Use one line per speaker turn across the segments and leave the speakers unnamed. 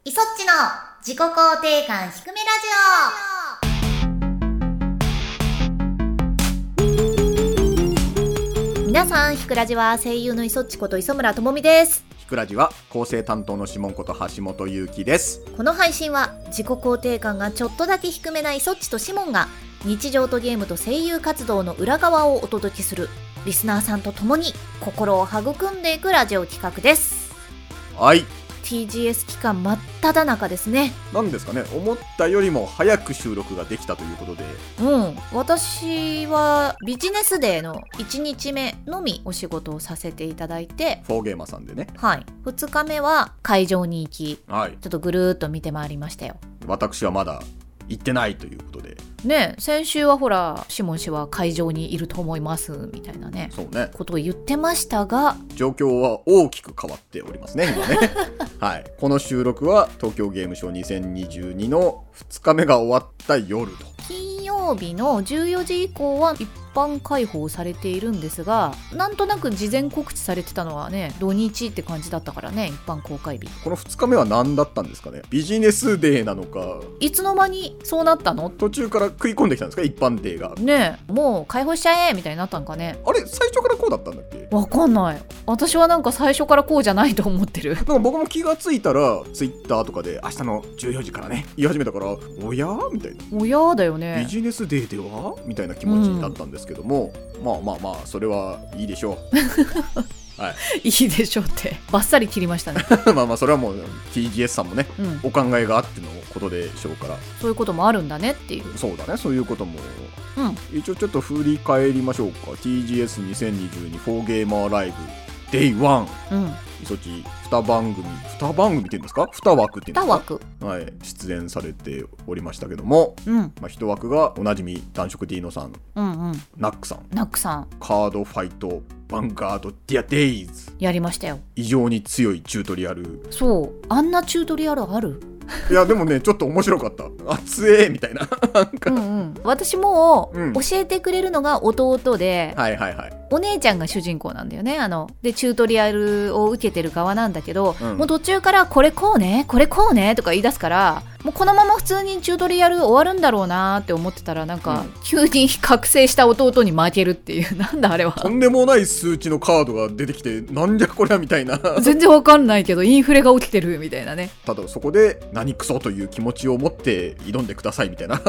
の自己肯定感低めラジオ皆さんひくラジは声優の磯っちこと磯村智美です
ひくらじは構成担当の指紋こと橋本ゆうきです。
この配信は自己肯定感がちょっとだけ低めな磯っちとシモンが日常とゲームと声優活動の裏側をお届けするリスナーさんと共に心を育んでいくラジオ企画です
はい。
TGS 期間真っ只中ですね
なんですかね、思ったよりも早く収録ができたということで、
うん、私はビジネスデーの1日目のみお仕事をさせていただいて、
フォーゲーマーさんでね。
はい、2日目は会場に行き
はい。
ちょっとぐるーっと見てまいりましたよ。
私はまだ行ってないということで、
ねえ先週はほらシモン氏は会場にいると思いますみたいなね
そうね、
ことを言ってましたが
状況は大きく変わっておりますね、今ね。はい。この収録は東京ゲームショウ2022の2日目が終わった夜と。
金曜日の14時以降は一般開放されているんですがなんとなく事前告知されてたのはね土日って感じだったからね一般公開日。
この2日目は何だったんですかねビジネスデーなのか、
いつの間にそうなったの
途中から食い込んできたんですか一般デーが。
ねえもう解放しちゃえみたいになったんかね
あれ最初からこうだったんだっけ
わかんない私はなんか最初からこうじゃないと思ってる
なんか僕も気がついたら、ツイッターとかで、明日の14時からね、言い始めたから、おやみたいな。
もう嫌だよ
ビ
ね
ジネスデーではみたいな気持ちになったんですけども、まあまあまあ、それはいいでしょ
いいでしょうってバッサリ切りま したね
う。まあまあ、それはもう TGS さんもね、
うん
お考えがあってのことでしょうから、
そういうこともあるんだねっていう
そうだね、そういうことも。
うん
一応ちょっと振り返りましょうか。TGS2022 フォーゲーマーライブ Day1。
うん
そっち2番組、2番組って言うんですか ?2 枠って言う
2
んですか
枠
はい、出演されておりましたけども、
うん
まあ、一枠がおなじみ男色ディーノさん
うんうん
ナックさん
ナックさん
カードファイトバンガードディアデイズ
やりましたよ
異常に強いチュートリアル
そうあんなチュートリアルある
いやでもねちょっと面白かったあつえみたいな
うんうん私も
うん
教えてくれるのが弟で、
はいはいはい
お姉ちゃんが主人公なんだよねあのでチュートリアルを受けてる側なんだけど、
うん
もう途中からこれこうねこれこうねとか言い出すからもうこのまま普通にチュートリアル終わるんだろうなーって思ってたらなんか、
うん
急に覚醒した弟に負けるっていう なんだあれは
とんでもない数値のカードが出てきてなんじゃこりゃみたいなた
全然わかんないけどインフレが起きてるみたいなね
だそこで何クソという気持ちを持って挑んでくださいみたい な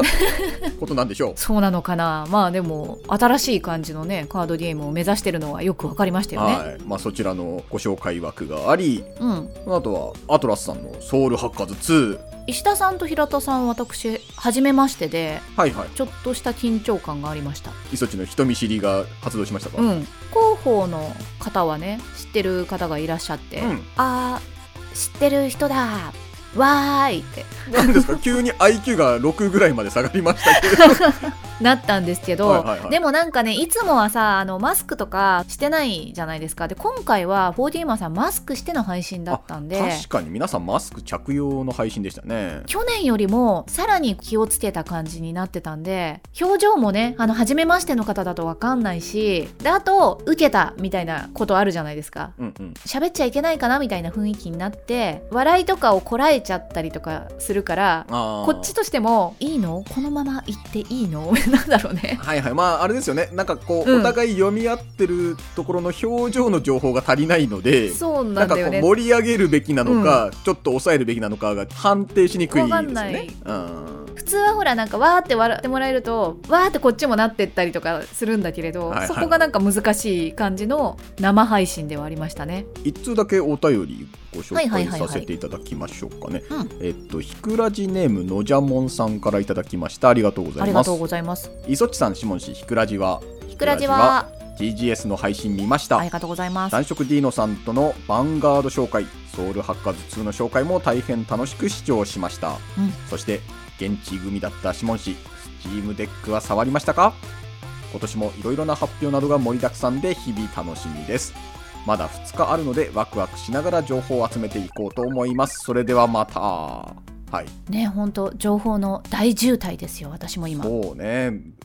ことなんでしょう
そうなのかなまあでも新しい感じのねカードゲームを目指してるのはよくわかりましたよね、
はいまあ、そちらのご紹介枠があり
うん
あとはアトラスさんの「ソウルハッカーズ2」
石田さんと平田さん私初めましてで
はいはい
ちょっとした緊張感がありました
磯地の人見知りが発動しましたか、
うん、広報の方はね知ってる方がいらっしゃって「
うん
あー知ってる人だわーい」って
なんですか急に IQ が6ぐらいまで下がりましたけど
なったんですけど、
はいはいはい
でもなんかねいつもはさあのマスクとかしてないじゃないですかで今回は4 d マンさんマスクしての配信だったんで
確かに皆さんマスク着用の配信でしたね
去年よりもさらに気をつけた感じになってたんで表情もねあの初めましての方だと分かんないしであと受けたみたいなことあるじゃないですか
うんうん
喋っちゃいけないかなみたいな雰囲気になって笑いとかをこらえちゃったりとかするから
あー
こっちとしてもいいのこのまま行っていいの なんだろうね
はいはいまああれですよねなんかこう、
うん
お互い読み合ってるところの表情の情報が足りないので
そうな
なん
んだ
かこ
よ
う
ね
盛り上げるべきなのか、ちょっと抑えるべきなのかが判定しにくいですよ
わかんない
ね。うん
普通はほらなんかわーって笑ってもらえるとわーってこっちもなってったりとかするんだけれど、
はいはい
そこがなんか難しい感じの生配信ではありましたね
一通だけお便りご紹
はいはい
介
はいはい
させていただきましょうかね
うん。
えっと、ひくらじネームのじゃもんさんからいただきました。ありがとうござ
あ
い
り
ま
が
す
とう。ございます
いそっちさん、しもんし、ひくらじは、
ひくらじは
TGS の配信見まし
あり
た。
がとうございます
男色 D のさんとのバンガード紹介、ソウルハッカーズ2の紹介も大変楽しく視聴しました。
うん
そして、現地組だったしもんし、スチームデックは触りましたか今年もいろいろな発表などが盛りだくさんで日々楽しみです。まだ2日あるのでワクワクしながら情報を集めていこうと思います。それではまた。はい、
ね本当情報の大渋滞ですよ私も今
そうね、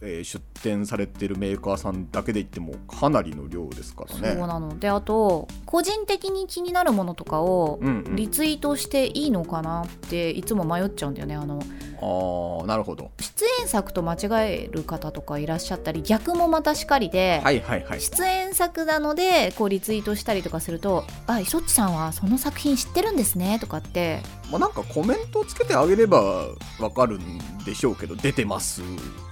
えー出展されてるメーカーさんだけで言ってもかなりの量ですから
そう
ね。
なのであと個人的に気になるものとかを
うんうん
リツイートしていいのかなっていつも迷っちゃうんだよねあの
ああなるほど。
出演作と間違える方とかいらっしゃったり逆もまたしかりで、
はいはいはい。
出演作なのでこうリツイートしたりとかすると「あいそっちさんはその作品知ってるんですね」とかって
まあ、なんかコメントをつけてあげればわかるんでしょうけど出てます。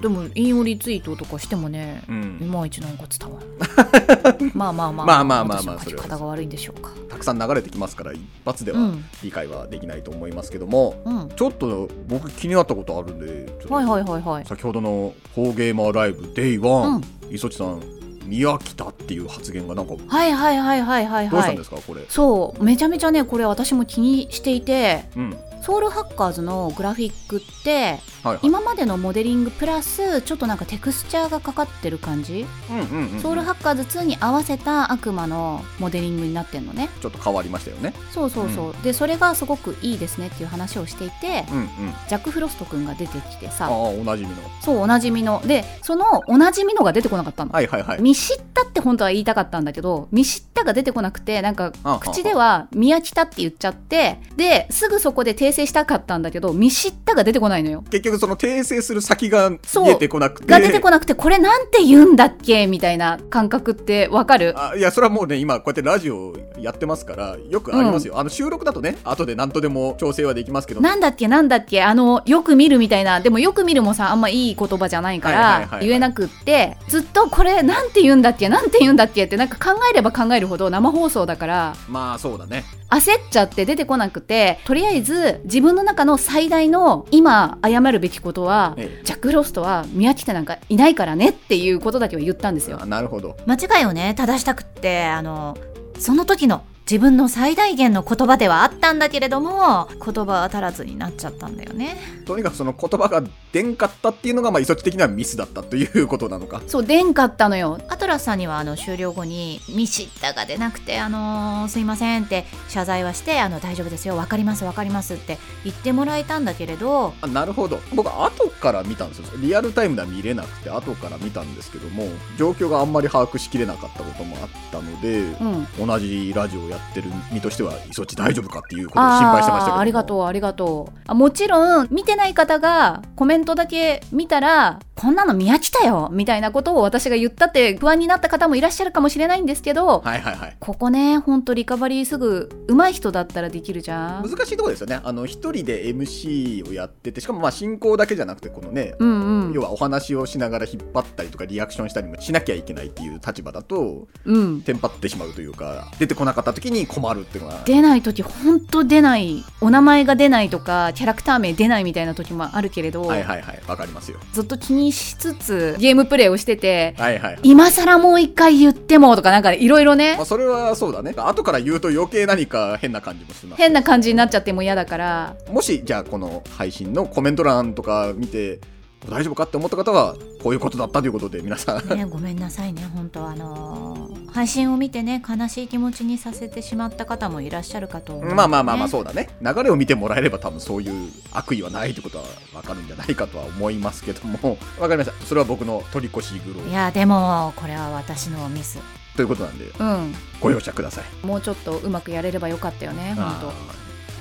でも引用リツイートとかしてもね
う
い
ん、
まいちなんか伝わ んまあまあまあ
まあまあまあまあ
私
それ
の
は
肩が悪いんでしょうか
たくさん流れてきますから一発で
う
は
ん
理解はできないと思いますけども、
うん
ちょっと僕気になったことあるんでちょっと
はいはいはいはい
先ほどの「フォーゲーマーライブ Day1、磯地さん「宮北」っていう発言がなんかど
はいはいはいはいはいう
し
は
たんで
い
すか、これ。
そうめちゃめちゃねこれ私も気にしていて
うんはい
ソウルハッカーズのグラフィックって
はい
今までのモデリングプラスちょっとなんかテクスチャーがかかってる感じ
うんうんうんうん
ソウルハッカーズ2に合わせた悪魔のモデリングになってんのね
ちょっと変わりましたよね。
そうそうそう、でそれがすごくいいですねっていう話をしていて
うんうん。
ジャック・フロスト君が出てきて
あ
さ
あ、おなじみの。
そうおなじみのでそのおなじみのが出てこなかったの、
はいはいはい。
見知ったって本当は言いたかったんだけど見知ったが出てこなくてなんか
ああ
口で。は「宮北」って言っちゃってですぐそこで訂正したかったんだけど見知ったが出てこないのよ
結局その訂正する先が見
そう
えてこなくて。
が出てこなくてこれなんて言うんだっけみたいな感覚ってわかる
あいやそれはもうね今こうやってラジオやってますからよくありますよ、あの収録だとね後で何とでも調整はできますけど
なんだっけなんだっけあのよく見るみたいなでもよく見るもさあんまいい言葉じゃないか
はいはいはい
ら
はい
言えなくってずっとこれなんて言うんだっけなんて言うんだっけってなんか考えれば考えるほど生放送だから
まあそうだね
焦っちゃって出てこなくてとりあえず自分の中の最大の今謝るべきことは
え
ジャック・フロストは宮北なんかいないからねっていうことだけは言ったんですよ
あ。なるほど
間違いをね正したくってあのその時の自分の最大限の言葉ではあったんだけれども言葉は足らずになっちゃったんだよね
とにかくその言葉が出んかったっていうのがまあ磯地的にはミスだったということなのか
そう出んかったのよ
アトラスさんにはあの終了後に「ミシッタが出なくてあのーすいません」って謝罪はして「あの大丈夫ですよわかりますわかります」って言ってもらえたんだけれど
あなるほど僕後から見たんですよリアルタイムでは見れなくて後から見たんですけども状況があんまり把握しきれなかったこともあったので、
うん
同じラジオやってる身としては磯地大丈夫かっていうことを心
あ
配してましたけど
ー
も
ありがとうありがとうあもちろん見てない方がコメントだけ見たらこんなの見飽きたよみたいなことを私が言ったって不安になった方もいらっしゃるかもしれないんですけど、
はいはいはい
ここねほんとリカバリーすぐ上手い人だったらできるじゃん
難しいところですよねあの一人で MC をやっててしかもまあ進行だけじゃなくてこのね、
うんう
要
ん
はお話をしながら引っ張ったりとかリアクションしたりもしなきゃいけないっていう立場だと
うん
テンパってしまうというか出てこなかった時に困るっていうのは
出ない時ほんと出ないお名前が出ないとかキャラクター名出ないみたいな時もあるけれど、
はいはいはいわかりますよ
ずっと気にしつつゲームプレイをしてて
はいはいはい
今更もう一回言ってもとかなんかいろいろね
まあ、それはそうだね後から言うと余計何か変な感じもしま す
変な感じになっちゃっても嫌だから
もしじゃあこの配信のコメント欄とか見て大丈夫かって思った方はこういうことだったということで皆さん
ね、ごめんなさいね、本当あのー配信を見てね、悲しい気持ちにさせてしまった方もいらっしゃるかと思う、
まあまあまあまあ
う。
そうだね流れを見てもらえれば多分そういう悪意はないということはわかるんじゃないかとは思いますけどもわかりましたそれは僕の取り越し苦労
いや、でも、これは私のミス。
ということなんで
うん
ご容赦ください
もうちょっとうまくやれればよかったよね
あ
本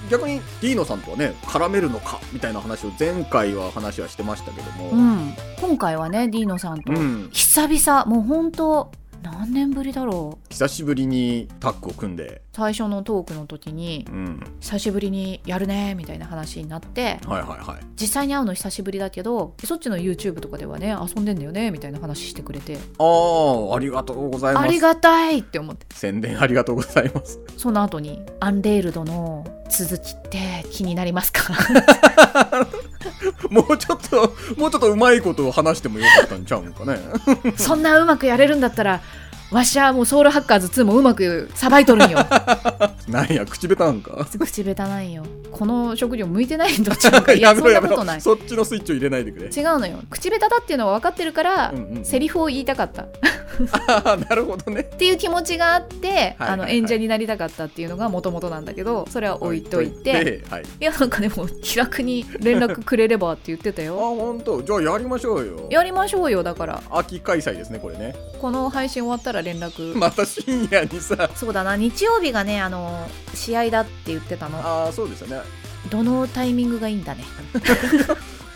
ー逆にディーノさんとはね絡めるのかみたいな話を前回は話はしてましたけども
当うん今回はねディーノさんと、
うん
久々もう本当何年ぶりだろう
久しぶりにタッグを組んで
最初のトークの時に
うん
久しぶりにやるねみたいな話になって
はいはいはい
実際に会うの久しぶりだけどそっちの YouTube とかではね遊んでんだよねみたいな話してくれて
ああありがとうございます
ありがたいって思って
宣伝ありがとうございます。
その後に「アンレールドの続きって気になりますか?
もうちょっと、 もうちょっとうまいことを話してもよかったんちゃうんかね。」
そんなうまくやれるんだったらわしゃもうソウルハッカーズ2もうまくさばいとるん よ
なんや口下手なんか
口下手ないよこの職業向いてないんだっちゅう かい やそんなことない違
そっちのスイッチを入れないでくれ
うのよ口下手だっていうのは分かってるから、
うんうんうん
セリフを言いたかったっ
ああ なるほどね
ていう気持ちがあって、
はい
あの演者になりたかったっていうのがもともとなんだけどそれは置いといて
置いといてはい、
い
あ
やなんかでも気楽に連絡くれればって言ってたよ
本当 じゃあやりましょうよ
やりましょうよだから
秋開催ですねこれね
この配信終わったら連絡、
また深夜にさ
そうだな日曜日がねあの試合だって言ってたの
ああそうですよね
どのタイミングがいいんだね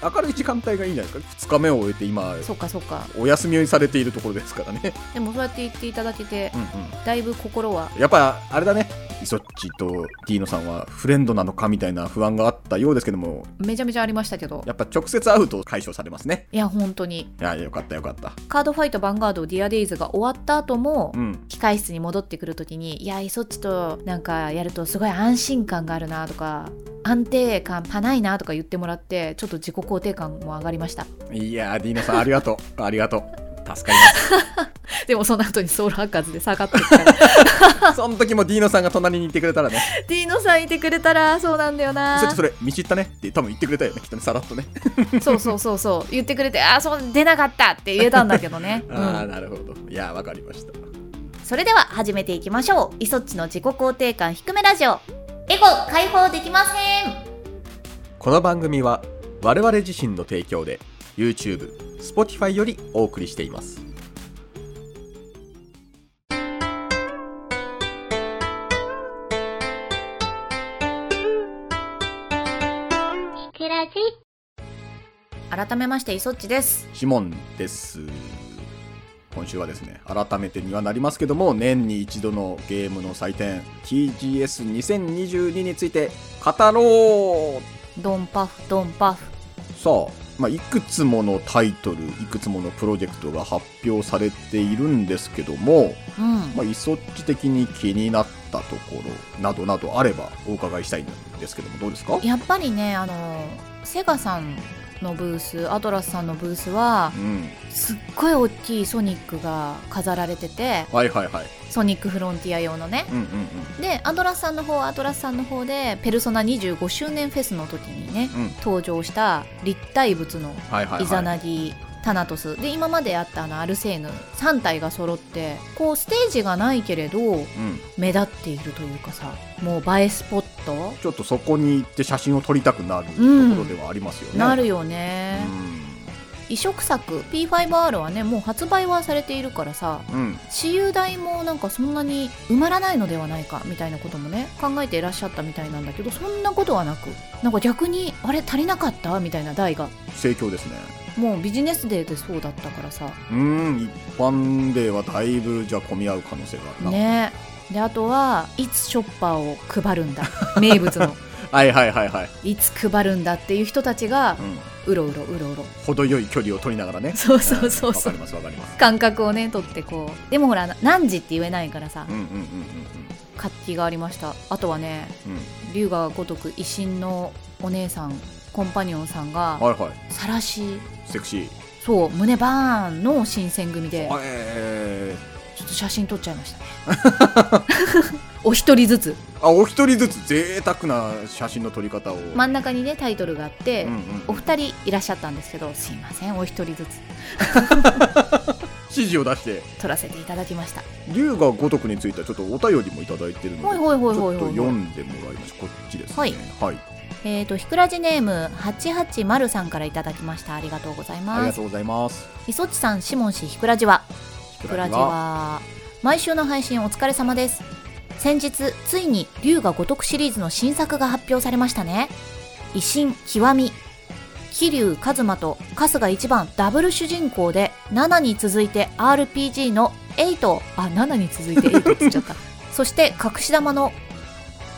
明るい時間帯がいいんじゃないですか2日目を終えて今
そっかそっか
お休みをされているところですからね、
でもそうやって言っていただけて
うん
だいぶ心は
うん、やっぱあれだねイソッチとディーノさんはフレンドなのかみたいな不安があったようですけども
めちゃめちゃありましたけど
やっぱ直接会うと解消されますね
いや本当に
いやよかったよかった
カードファイトヴァンガードディアデイズが終わった後も、
うん
機械室に戻ってくるときにいやイソッチとなんかやるとすごい安心感があるなとか安定感パないなとか言ってもらってちょっと自己肯定感も上がりました
いやーディーノさんありがとうありがとう助かりま
でもその後にソウルハッカーズで下がってきた
すその時もディーノさんが隣にいてくれたらね
ディーノさんいてくれたら そうなんだよ
イ
な
ソッチそれ道行ったねって多分言ってくれたよねきっとねさらっとね、
そうそうそうそう言ってくれてああそう出なかったって言えたんだけど ね、
ああ
うん
なるほどいやーわかりました
それでは始めていきましょうイソッチの自己肯定感低めラジオエゴ解放できません
この番組は我々自身の提供で YouTube、Spotify よりお送りしています。
改めましてイソッチです
シモンです。今週はですね、改めてにはなりますけども、年に一度のゲームの祭典、TGS2022 について語ろう
ドンパフドンパフ
さあ、まあ、いくつものタイトル、いくつものプロジェクトが発表されているんですけども、
うん
まあ、イソッチ的に気になったところなどなどあればお伺いしたいんですけども、どうですか
やっぱりねあのセガさんのブースアトラスさんのブースは
うん。
すっごい大きいソニックが飾られてて
はいはいはい。
ソニックフロンティア用のね
うんうんうん。
でアトラスさんの方はアトラスさんの方で「ペルソナ25周年フェス」の時にね
うん
登場した立体物の
はいはいはい、
イザナギ、タナトスで今まであったあのアルセーヌ3体が揃ってこうステージがないけれど
うん、
目立っているというかさもう映えスポット
ちょっとそこに行って写真を撮りたくなるとこ
うん
ろではありますよね、
なるよ
う
ね、
ん
移植作 P5R はねもう発売はされているからさ
うん
私有代もなんかそんなに埋まらないのではないかみたいなこともね考えていらっしゃったみたいなんだけどそんなことはなくなんか逆にあれ足りなかったみたいな台が
盛況ですね
もうビジネスデーでそうだったからさ
うん一般ではだいぶじゃあ混み合う可能性があるな、
ねであとはいつショッパーを配るん だ名物の
はいはいはいはい、
いつ配るんだっていう人たちが
うん、
うろうろうろうろ
程よい距離を取りながらね
そうそうそうそ
んわかり
う
ますわかります
感覚をね取ってこうでもほら何時って言えないからさ
うんうんうんうん
活気がありましたあとはね
うんうん
龍が如く維新のお姉さんコンパニオンさんが
はいはい
さらし
セクシー
そう胸バーンの新選組で
え
ちょっと写真撮っちゃいましたね お一人ずつ
ー、あお一人ずつ贅沢な写真の撮り方を、
真ん中にねタイトルがあって、
うんうん
お二人いらっしゃったんですけどすいませんお一人ずつ
指示を出して
撮らせていただきました
龍が如くについてはちょっとお便りもいただいてるので
ほいほいほい
ち
ほ
ょ
い
っと
ほい
読んでもらいましょう。こっちですね。
はい
はい。
えっ、とひくらじネーム880さんからいただきましたありがとうござい
あり
ま
が
す
とうございます。
イソッチさんシモン氏ひくらじは
ひ
ひくらじ。は毎週の配信お疲れ様です先日ついに龍が如くシリーズの新作が発表されましたね維新極み桐生一馬と春日一番ダブル主人公で7に続いて RPG の8
あ7に続いて8っつっちゃった
そして隠し玉の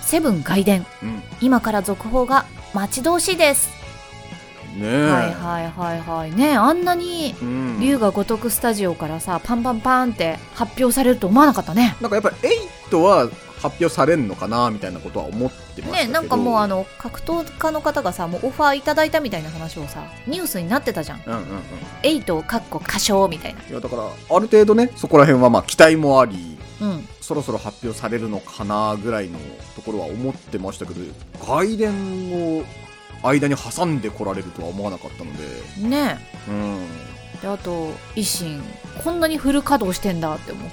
セブン外伝
うん。ね
今から続報が待ち遠しいです
え。
はいはいはいはいねあんなに
うん。
龍が如くスタジオからさパンパンパンって発表されると思わなかったね
なんかやっぱりエイトは発表されんのかなみたいなことは思ってってましたけ
ね
ど
なんかもうあの格闘家の方がさもうオファーいただいたみたいな話をさニュースになってたじゃん
うんうんうん
「エイトをかっこ歌唱」みたいない
やだからある程度ねそこら辺はまあ期待もあり
うん
そろそろ発表されるのかなぐらいのところは思ってましたけど外伝を間に挟んでこられるとは思わなかったので
ね
うん
であと維新こんなにフル稼働してんだって思っ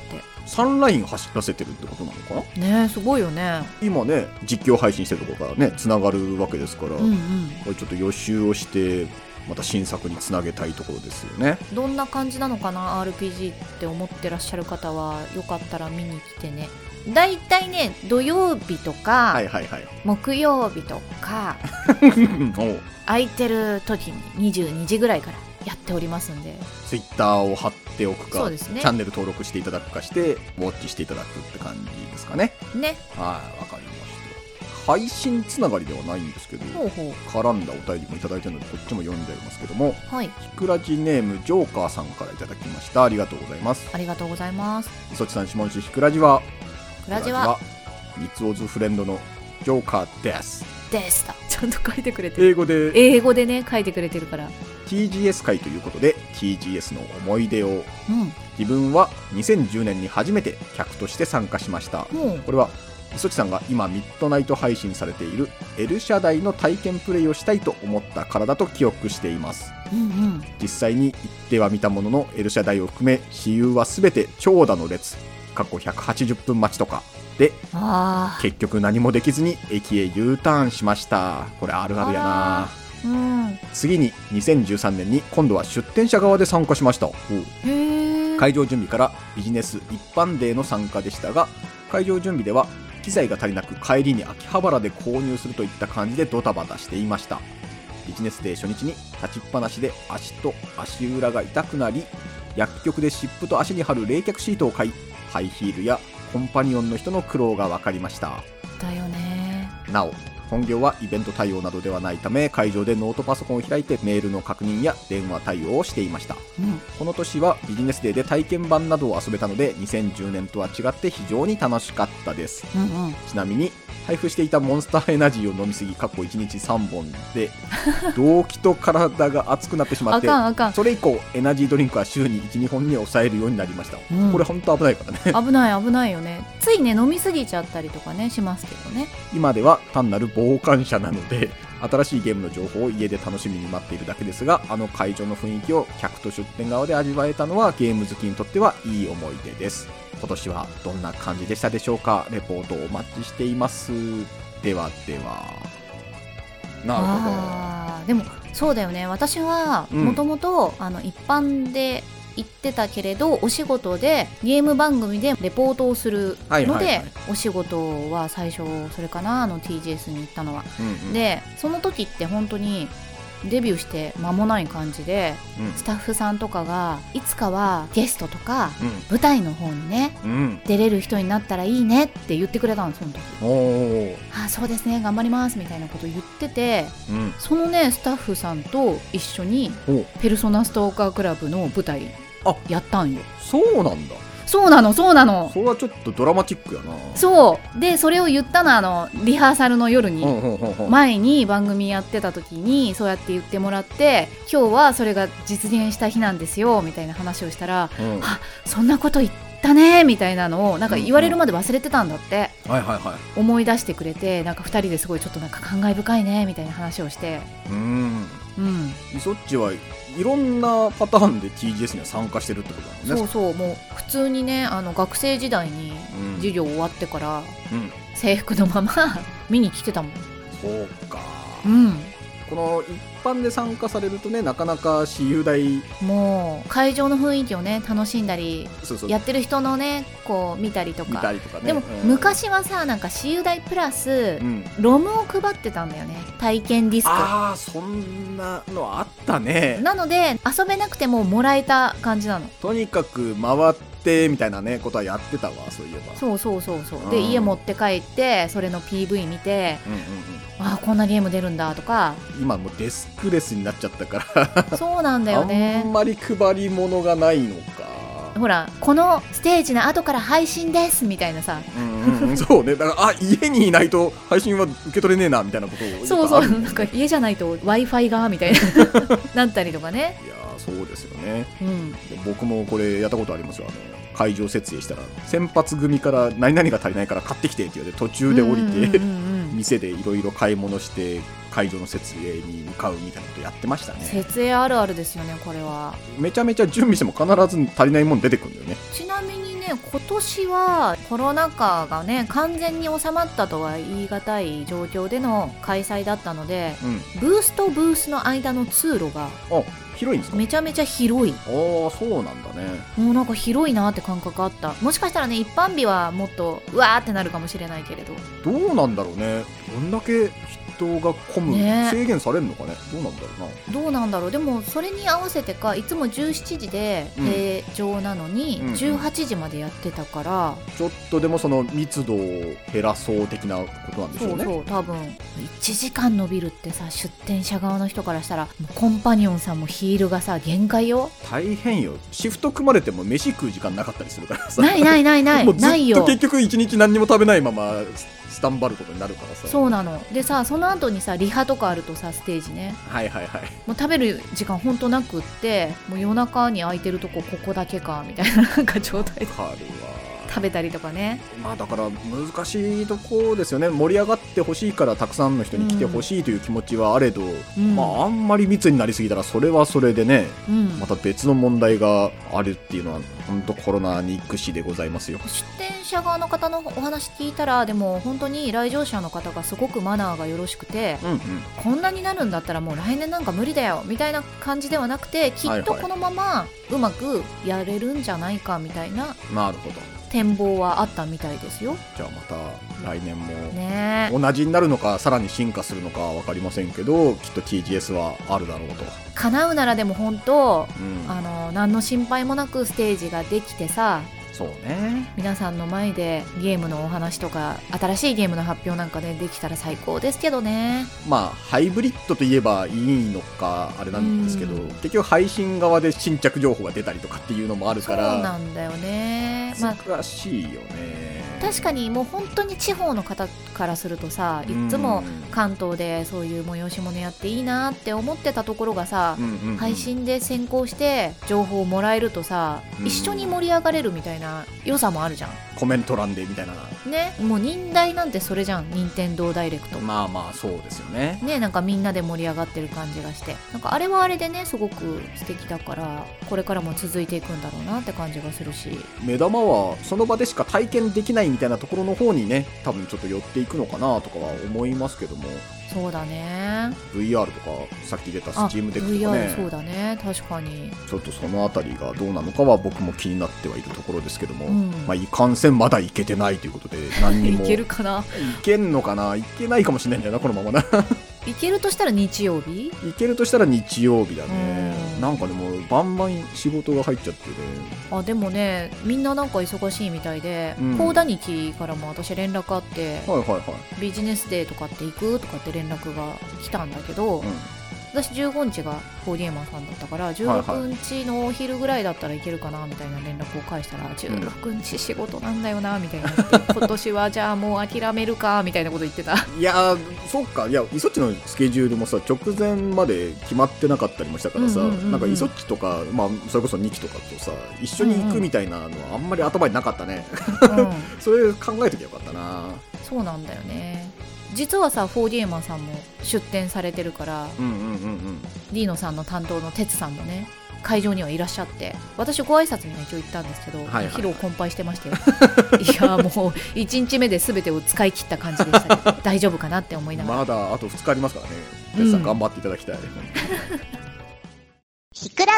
サンライン走らせてるってことなのかな
てねすごいよね
今ね実況配信してるところからねつながるわけですから、
うんう
こ
ん
れちょっと予習をしてまた新作につなげたいところですよね
どんな感じなのかな RPG って思ってらっしゃる方はよかったら見に来てねだいたいね土曜日とか、
はいはいはい
木曜日とか
おう
空いてる時に22時ぐらいからやっておりますんで
ツイッターを貼っておく
そ
か、
うですね
チャンネル登録していただくかしてウォッチしていただくって感じですかね
ね
はいわかりました配信つながりではないんですけど
ほうほ
絡んだお便りもいただいてるのでこっちも読んじゃいますけども
うはい
ひくらじネームジョーカーさんからいただきましたありがとうございます
ありがとうございます
磯地さん下地ひくらじは
クラジは
ニツオズフレンドのジョーカーです
でした ちゃんと書いてくれてる
英語で
英語でね書いてくれてるから
TGS 会ということで TGS の思い出を
うん
自分は2010年に初めて客として参加しました
もう
これは磯地さんが今ミッドナイト配信されているエルシャダイの体験プレイをしたいと思ったからだと記憶しています
うんうん
実際に行っては見たもののエルシャダイを含め私有は全て長蛇の列過去180分待ちとかで
あ
結局何もできずに駅へ U ターンしましたこれあるあるやな
ああうん
次に2013年に今度は出店者側で参加しました
へえ
会場準備からビジネス一般デーの参加でしたが会場準備では機材が足りなく帰りに秋葉原で購入するといった感じでドタバタしていましたビジネスデー初日に立ちっぱなしで足と足裏が痛くなり薬局で湿布と足に貼る冷却シートを買いハイヒールやコンパニオンの人の苦労が分かりました
だよね
なお本業はイベント対応などではないため会場でノートパソコンを開いてメールの確認や電話対応をしていました
うん
この年はビジネスデーで体験版などを遊べたので2010年とは違って非常に楽しかったです
うんうん
ちなみに配布していたモンスターエナジーを飲みすぎ過去1日3本 で動悸と体が熱くなってしま
あ
って
かんあかん
それ以降エナジードリンクは週に12本に抑えるようになりました、
うん
これ本当危ないからね
危ない危ないよねついね飲みすぎちゃったりとかねしますけどね
今では単なる傍観者なので新しいゲームの情報を家で楽しみに待っているだけですがあの会場の雰囲気を客と出店側で味わえたのはゲーム好きにとってはいい思い出です今年はどんな感じでしたでしょうかレポートお待ちしていますではではなるほ
あーでもそうだよね私は
うん
もともと一般で行ってたけれどお仕事でゲーム番組でレポートをするので、
はいはいはい
お仕事は最初それかなあの TGS に行ったのは。
ど、うんうん
でその時って本当にデビューして間もない感じで
うん
スタッフさんとかがいつかはゲストとか
う
舞台の方にね
ん
出れる人になったらいいねって言ってくれたのその時
うんおー
あそうですね頑張りますみたいなこと言ってて
うん
そのねスタッフさんと一緒に
お
「ペルソナストーカークラブ」の舞台
あ
やったんよ
そうなんだ
そうなのそうなの
それはちょっとドラマチックやな
そうでそれを言ったのあのリハーサルの夜
うん
に
うんうんうん
前に番組やってた時にそうやって言ってもらって今日はそれが実現した日なんですよみたいな話をしたら
うんは
そんなこと言ったねみたいなのをなんか言われるまで忘れてたんだって
いはいは
思い出してくれてなんか2人ですごいちょっとなんか感慨深いねみたいな話をして
いうん
うん
イソッチはいろんなパターンで TGS には参加してるってことだもんね。
そうそうもう普通にねあの学生時代に
うん
授業終わってから
うん
制服のま ま見に来てたもん
そうか。
う
この一般で参加されるとね、なかなか私有代、
んもう会場の雰囲気をね楽しんだり
そうそう
やってる人のねこう見たりと
見
か
たりとかね。
でも
うん、
昔はさなんか私有代プラス
うん、
ロムを配ってたんだよね体験ディスク
ああ、そんなのあったね。
なので遊べなくてももらえた感じなの
とにかく回ってみたいなね、ことはやってたわ、そういえば。
そうそうそうそうで
うん
家持って帰ってそれの PV 見て
うんうん
ああこんなゲーム出るんだと か
うん、今もうデスクレスになっちゃったから、
そうなんだよ
あ
ね
んまり配り物がないのか。
ほらこのステージの後から配信ですみたいなさ
うんうんうんそうねだからあ家にいないと配信は受け取れねえなみたいなことをよくある
そうそうなんか家じゃないと w i f i がみたい ななったりとかね、
いやーそうですよね
うん、
で僕もこれやったことありますよあの会場設営したら先発組から何々が足りないから買ってきてって言われて途中で降りて、
うんうんうんうん
店でいろいろ買い物して会場の設営に向かうみたいなことやってましたね
設営あるあるですよねこれは
めちゃめちゃ準備しても必ず足りないもん出てくるんだよね
ちなみにね今年はコロナ禍がね完全に収まったとは言い難い状況での開催だったので
うん
ブースとブースの間の通路が
あ広いんですか
めちゃめちゃ広い
ああそうなんだね
もうなんか広いなって感覚あったもしかしたらね一般日はもっとうわーってなるかもしれないけれど
どうなんだろうねどんだけ人が混む、
ね
制限されるのかねどうなんだろうな
どうなんだろうでもそれに合わせてかいつも17時で
うん
閉場なのに
うんうん
18時までやってたから、
ちょっとでもその密度を減らそう的なことなんでしょ
そうう
ね
そう多分1時間伸びるってさ出店者側の人からしたらもうコンパニオンさんもヒールがさ限界よ
大変よシフト組まれても飯食う時間なかったりするからさ
ないないないな
もう
い
ず
ない
っと
よ
結局一日何にも食べないままススタンバることになるからさ
そうなのでさその後にさリハとかあるとさステージね
はいはいはい
もう食べる時間ほんとなくってもう夜中に空いてるとこここだけかみたいななんか状態で
あるわ
食べたりとかね
まあだから難しいとこですよね盛り上がってほしいからたくさんの人に来てほしいという気持ちはあれど、
うん
まああんまり密になりすぎたらそれはそれでね
うん
また別の問題があるっていうのは本当コロナにくしでございますよ
出店者側の方のお話聞いたらでも本当に来場者の方がすごくマナーがよろしくて
うんうん
こんなになるんだったらもう来年なんか無理だよみたいな感じではなくてきっと
はいはい
このままうまくやれるんじゃないかみたいな
なるほど
展望はあったみたいですよ。
じゃあまた来年も
ねえ
同じになるのかさらに進化するのか分かりませんけどきっと TGS はあるだろうと、
叶うならでも本当
うん
あの何の心配もなくステージができてさ
そうね
皆さんの前でゲームのお話とか新しいゲームの発表なんかで、できたら最高ですけどね。
まあハイブリッドといえばいいのかあれなんですけど、
うん
結局配信側で新着情報が出たりとかっていうのもある
そ
か
うな
ら
んだよね。まあ
難しいよね、
確かにもう本当に地方の方からするとさい
うん
つも関東でそういう催し物やっていいなって思ってたところがさ
うんうんうん
配信で先行して情報をもらえるとさ
うん
一緒に盛り上がれるみたいな良さもあるじゃん
コメント欄でみたいな
ねもう忍耐なんてそれじゃん任天堂ダイレクト
まあまあそうですよね
ねなんかみんなで盛り上がってる感じがしてなんかあれはあれでねすごく素敵だからこれからも続いていくんだろうなって感じがするし
目玉はその場でしか体験できないみたいなところの方にね多分ちょっと寄っていくのかなとかは思いますけども
そうだね
VR とかさっき出た
あ
Steam デックとか
VR そう
ね
だね確かに
ちょっとその辺りがどうなのかは僕も気になってはいるところですけども、
うん
まあいかんせんまだ行けてないという ことで何に
い
も
けるかな
行けんのかな行けないかもしれないんだよなこのままな
いけるとしたら日曜日
行けるとしたら日曜日だね
うん
なんかでもバンバン仕事が入っちゃってね
あでもねみんななんか忙しいみたいで
うん
高田日からも私連絡あって
はいはいはい、
ビジネスデーとかって行くとかって連絡が来たんだけど
うん
私15日がフォーゲーマーさんだったから16日のお昼ぐらいだったらいけるかなみたいな連絡を返したら16日仕事なんだよなみたい な言って今年はじゃあもう諦めるかみたいなこと言ってた
いやーそっかいやイソッチのスケジュールもさ直前まで決まってなかったりもしたからさ、
うんうんうんうん
なんかイソッチとか、まあ、それこそ2期とかとさ一緒に行くみたいなのはあんまり頭になかったね、
うん
それ考えときゃよかったな
そうなんだよね実はさフォーゲーマーさんも出店されてるから
うんうんうんうん
リーノさんの担当の哲さんもね会場にはいらっしゃって私ご挨拶には一応行ったんですけど、
はいはい
疲労困憊してま したよいやもう1日目で全てを使い切った感じでした けど大丈夫かなって思いながら、
まだあと2日ありますからね
うん
皆さん頑張っていただき たい、
ひくら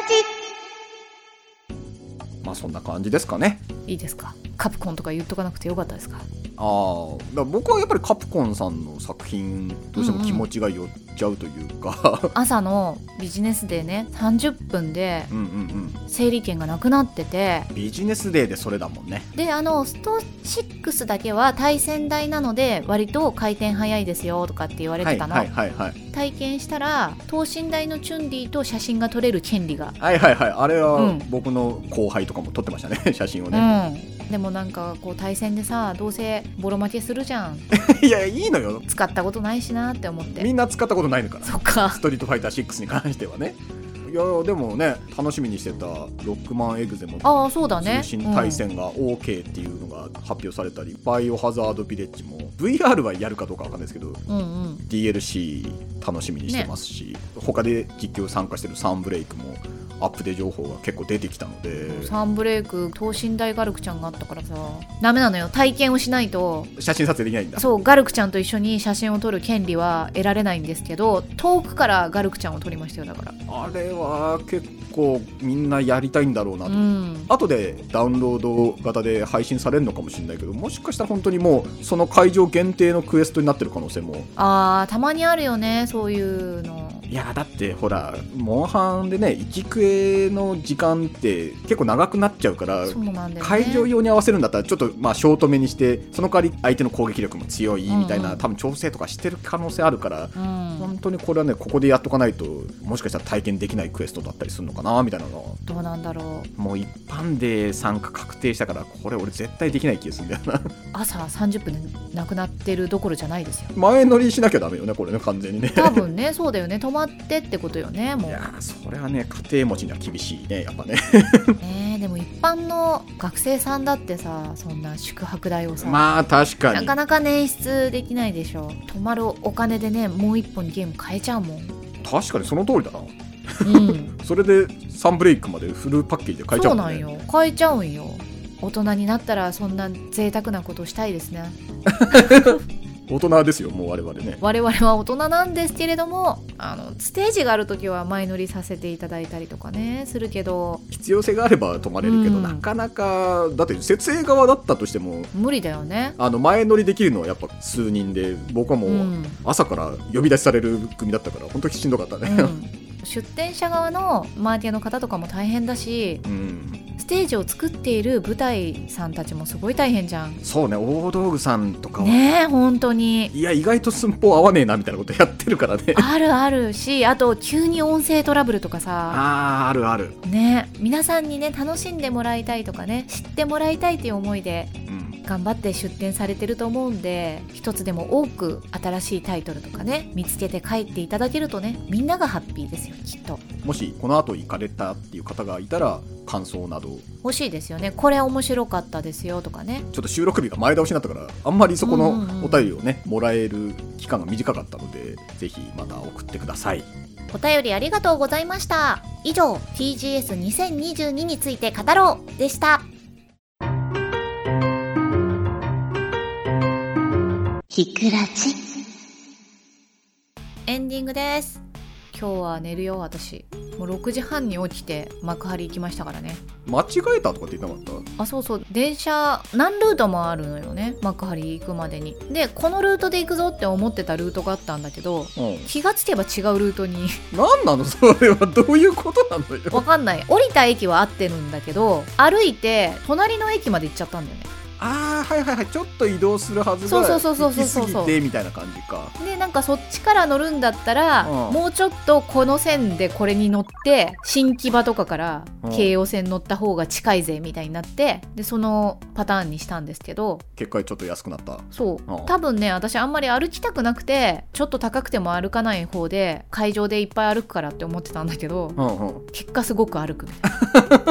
まあそんな感じですかね
いいですかカプコンとか言っとかなくてよかったですか
ああ僕はやっぱりカプコンさんの作品どうしても気持ちが寄っちゃうというか
朝のビジネスデーね30分で
うんうん
整理券がなくなってて
うん ビジネスデーでそれだもんね
であのスト6だけは対戦台なので割と回転早いですよとかって言われ
は
て
い
たの、
はいはいはい
体験したら等身大のチュンリーと写真が撮れる権利が、
はいはいはいあれ
う
は
ん
僕の後輩とかも撮ってましたね 写真を
う
ね、
んでもなんかこう対戦でさどうせボロ負けするじゃん
いやいいのよ
使ったことないしなって思って
みんな使ったことないのから
そっか
ストリートファイター6に関してはねいやでもね楽しみにしてたロックマンエグゼも
ああそうだね
通信対戦が OK っていうのが発表されたり、バイオハザードビレッジも VR はやるかどうかわかんないですけど
うん、うんうん
DLC 楽しみにしてますし、他で実況参加してるサンブレイクもアップデ情報が結構出てきたので
サンブレイク等身大ガルクちゃんがあったからさダメなのよ体験をしないと
写真撮影できないんだ
そうガルクちゃんと一緒に写真を撮る権利は得られないんですけど遠くからガルクちゃんを撮りましたよだから
あれは結構みんなやりたいんだろうなと、
うん
後でダウンロード型で配信されるのかもしれないけどもしかしたら本当にもうその会場限定のクエストになってる可能性も
あーたまにあるよねそういうの
いやだってほらモンハンでね1クエの時間って結構長くなっちゃうから
そうなんだよね
会場用に合わせるんだったらちょっとまあショートめにしてその代わり相手の攻撃力も強いみたいな、
うん
多分調整とかしてる可能性あるから
うん
本当にこれはねここでやっとかないともしかしたら体験できないクエストだったりするのかなみたいなの
どうなんだろう
もう一般で参加確定したからこれ俺絶対できない気がするんだよな
朝30分でなくなってるどころじゃないですよ
前乗りしなきゃダメよねこれね完全にね
多分ねそうだよね泊まってってことよねも
いうやーそれはね家庭持ちには厳しいねやっぱね
ねえでも一般の学生さんだってさそんな宿泊代をさ、
まあ確か
な
に
かなか捻出できないでしょ泊まるお金でねもう一本ゲーム買えちゃう もん、
確かにその通りだな
うん、
それでサンブレイクまでフルパッケージで買えちゃ
そうう
も
なんん
ね
よ買えちゃうんよ大人になったらそんな贅沢なことをしたいですね
大人ですよもう我々ね
我々は大人なんですけれどもあのステージがある時は前乗りさせていただいたりとかねするけど
必要性があれば泊まれるけど、
うん
なかなかだって設営側だったとしても
無理だよね
あの前乗りできるのはやっぱ数人で僕はも
う
うん朝から呼び出しされる組だったから本当にしんどかった
う
ね
ん、出店者側のマーケの方とかも大変だし
うん、
ステージを作っている舞台さんたちもすごい大変じゃん
そうね大道具さんとかは、
ねえ本当に
いや意外と寸法合わねえなみたいなことやってるからね
あるあるしあと急に音声トラブルとかさ
あーあるある、
ね皆さんにね楽しんでもらいたいとかね知ってもらいたいっていう思いで
うん、
頑張って出展されてると思うんで一つでも多く新しいタイトルとかね見つけて帰っていただけるとねみんながハッピーですよきっと
もしこの後行かれたっていう方がいたら感想など
欲しいですよねこれ面白かったですよとかね
ちょっと収録日が前倒しになったからあんまりそこの
うんうんうん
お便りをねもらえる期間が短かったのでぜひまた送ってください
お便りありがとうございました。以上、TGS2022 について語ろうでした。ひくらち。
エンディングです今日は寝るよ私もう6時半に起きて幕張行きましたからね
間違えたとかって言ってなかった
あそうそう電車何ルートもあるのよね幕張行くまでにでこのルートで行くぞって思ってたルートがあったんだけど
うん
気がつけば違うルートに
何なの それはどういうことなのよ
わかんない降りた駅は合ってるんだけど歩いて隣の駅まで行っちゃったんだよね
ああはいはいはいちょっと移動するはずが
そうそうそうそうそうそう
行き過ぎてみたいな感じか
でなんかそっちから乗るんだったら、
うん
もうちょっとこの線でこれに乗って新木場とかから
うん
京葉線乗った方が近いぜみたいになってでそのパターンにしたんですけど
結果ちょっと安くなった
そう、
うん
多分ね私あんまり歩きたくなくてちょっと高くても歩かない方で会場でいっぱい歩くからって思ってたんだけど、
うんうん
結果すごく歩くみたいな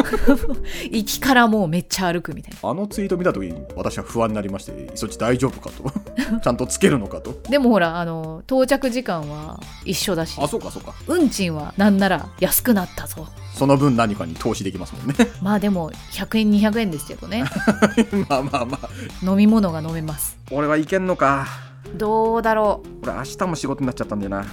行きからもうめっちゃ歩くみたいな
あのツイート見た時に私は不安になりましてそっち大丈夫かと ちゃんとつけるのかと
でもほらあの到着時間は一緒だし
あそうかそうか
運賃はなんなら安くなったぞ
その分何かに投資できますもんね
まあでも100円200円ですけどね
まあまあまあ
飲み物が飲めます
俺はいけんのか
どうだろう
俺明日も仕事になっちゃったんだよな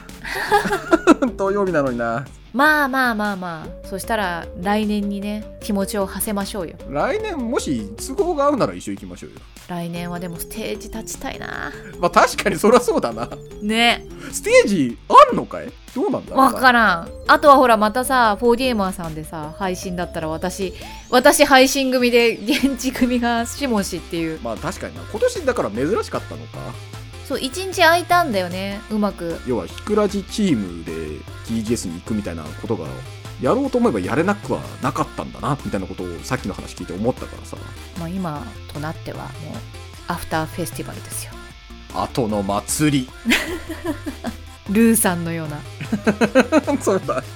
土曜日なのにな
まあまあまあまあそしたら来年にね気持ちを馳せましょうよ
来年もし都合が合うなら一緒行きましょうよ
来年はでもステージ立ちたいな
まあ確かにそりゃそうだな
ね
ステージあんのかいどうなんだろうな
分からんあとはほらまたさ 4DMer さんでさ配信だったら私私配信組で現地組がシモン氏っていう
まあ確かにな今年だから珍しかったのか
そう一日空いたんだよねうまく
要はひくらじチームで TGS に行くみたいなことがやろうと思えばやれなくはなかったんだなみたいなことをさっきの話聞いて思ったからさ
まあ今となってはもうアフターフェスティバルですよ
後の祭り
ルーさんのような
そうだね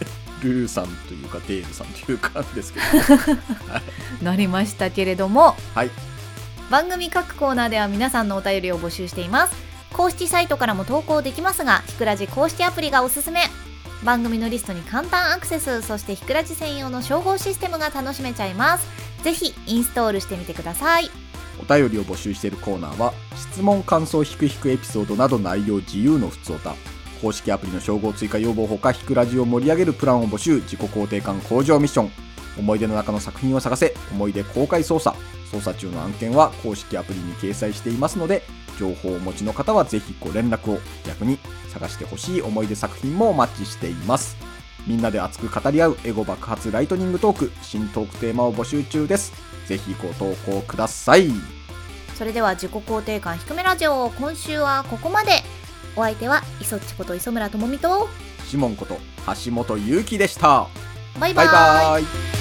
ルーさんというかデールさんというかですけど
なりましたけれども
はい
番組各コーナーでは皆さんのお便りを募集しています公式サイトからも投稿できますがひくらじ公式アプリがおすすめ番組のリストに簡単アクセスそしてひくらじ専用の称号システムが楽しめちゃいますぜひインストールしてみてください
お便りを募集しているコーナーは質問感想ひくひくエピソードなど内容自由のふつおた公式アプリの称号追加要望ほかひくらじを盛り上げるプランを募集自己肯定感向上ミッション思い出の中の作品を探せ思い出公開捜査捜査中の案件は公式アプリに掲載していますので情報をお持ちの方はぜひご連絡を逆に探してほしい思い出作品もお待ちしていますみんなで熱く語り合うエゴ爆発ライトニングトーク新トークテーマを募集中ですぜひご投稿ください
それでは自己肯定感低めラジオ今週はここまでお相手は磯っちこと磯村智美と
シモンこと橋本ゆうきでした
バイバ
バ
イ
イバイ